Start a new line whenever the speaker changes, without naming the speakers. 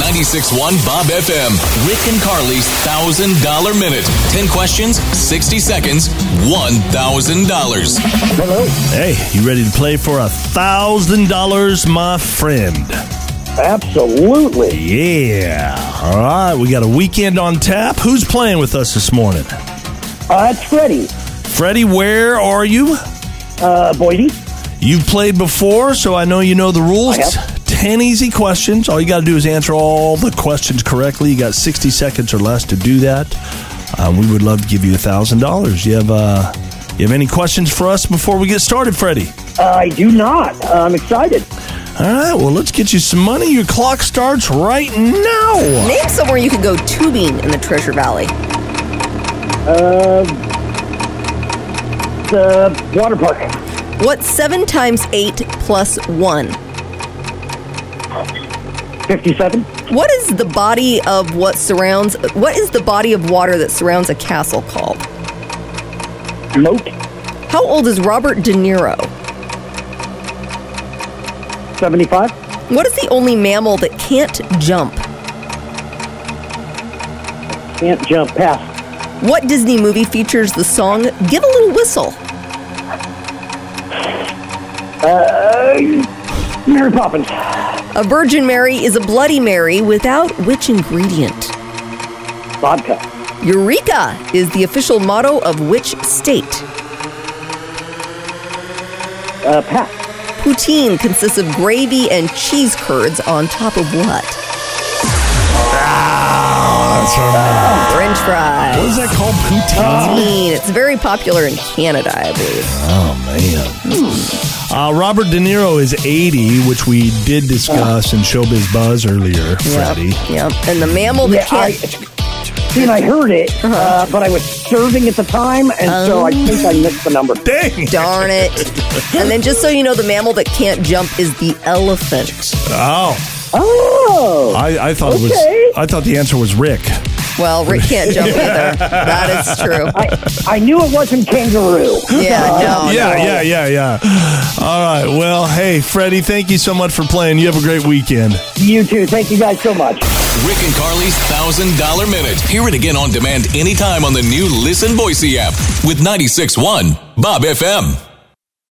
961 Bob FM. Rick and Carly's $1,000 minute. 10 questions, 60 seconds, $1,000.
Hello.
Hey, you ready to play for a thousand dollars, my friend?
Absolutely.
Yeah. All right, we got a weekend on tap. Who's playing with us this morning?
Uh, it's Freddie.
Freddie, where are you?
Uh, Boydie.
You've played before, so I know you know the rules.
I have.
Ten easy questions. All you got to do is answer all the questions correctly. You got sixty seconds or less to do that. Um, we would love to give you a thousand dollars. You have uh, you have any questions for us before we get started, Freddie?
Uh, I do not. Uh, I'm excited.
All right. Well, let's get you some money. Your clock starts right now.
Name somewhere you could go tubing in the Treasure Valley.
Uh, the water park.
What's seven times eight plus one?
57.
What is the body of what surrounds? What is the body of water that surrounds a castle called?
Moat.
How old is Robert De Niro?
75.
What is the only mammal that can't jump?
Can't jump. Pass.
What Disney movie features the song "Give a Little Whistle"?
Mary Poppins.
A Virgin Mary is a Bloody Mary without which ingredient?
Vodka.
Eureka is the official motto of which state?
Uh, pass.
Poutine consists of gravy and cheese curds on top of what? French fries.
What is that called? Poutine.
Poutine. It's very popular in Canada, I believe.
Oh man. Uh, Robert De Niro is 80, which we did discuss in Showbiz Buzz earlier, Freddie.
Yep. Yep. And the mammal
Yeah,
that
I,
can't.
see, and I heard it, uh, but I was serving at the time, and so I think I missed the number.
Dang!
Darn it. and then, just so you know, the mammal that can't jump is the elephant.
Oh,
Oh.
I, I thought it
Okay.
was. I thought the answer was Rick.
Well, Rick can't jump either. That is true.
I, I knew it wasn't kangaroo.
Yeah, no.
yeah,
no.
yeah, yeah, yeah. All right. Well, hey, Freddie, thank you so much for playing. You have a great weekend.
You too. Thank you guys so much.
Rick and Carly's $1,000 minute. Hear it again on demand anytime on the new Listen Boise app with 961 Bob FM.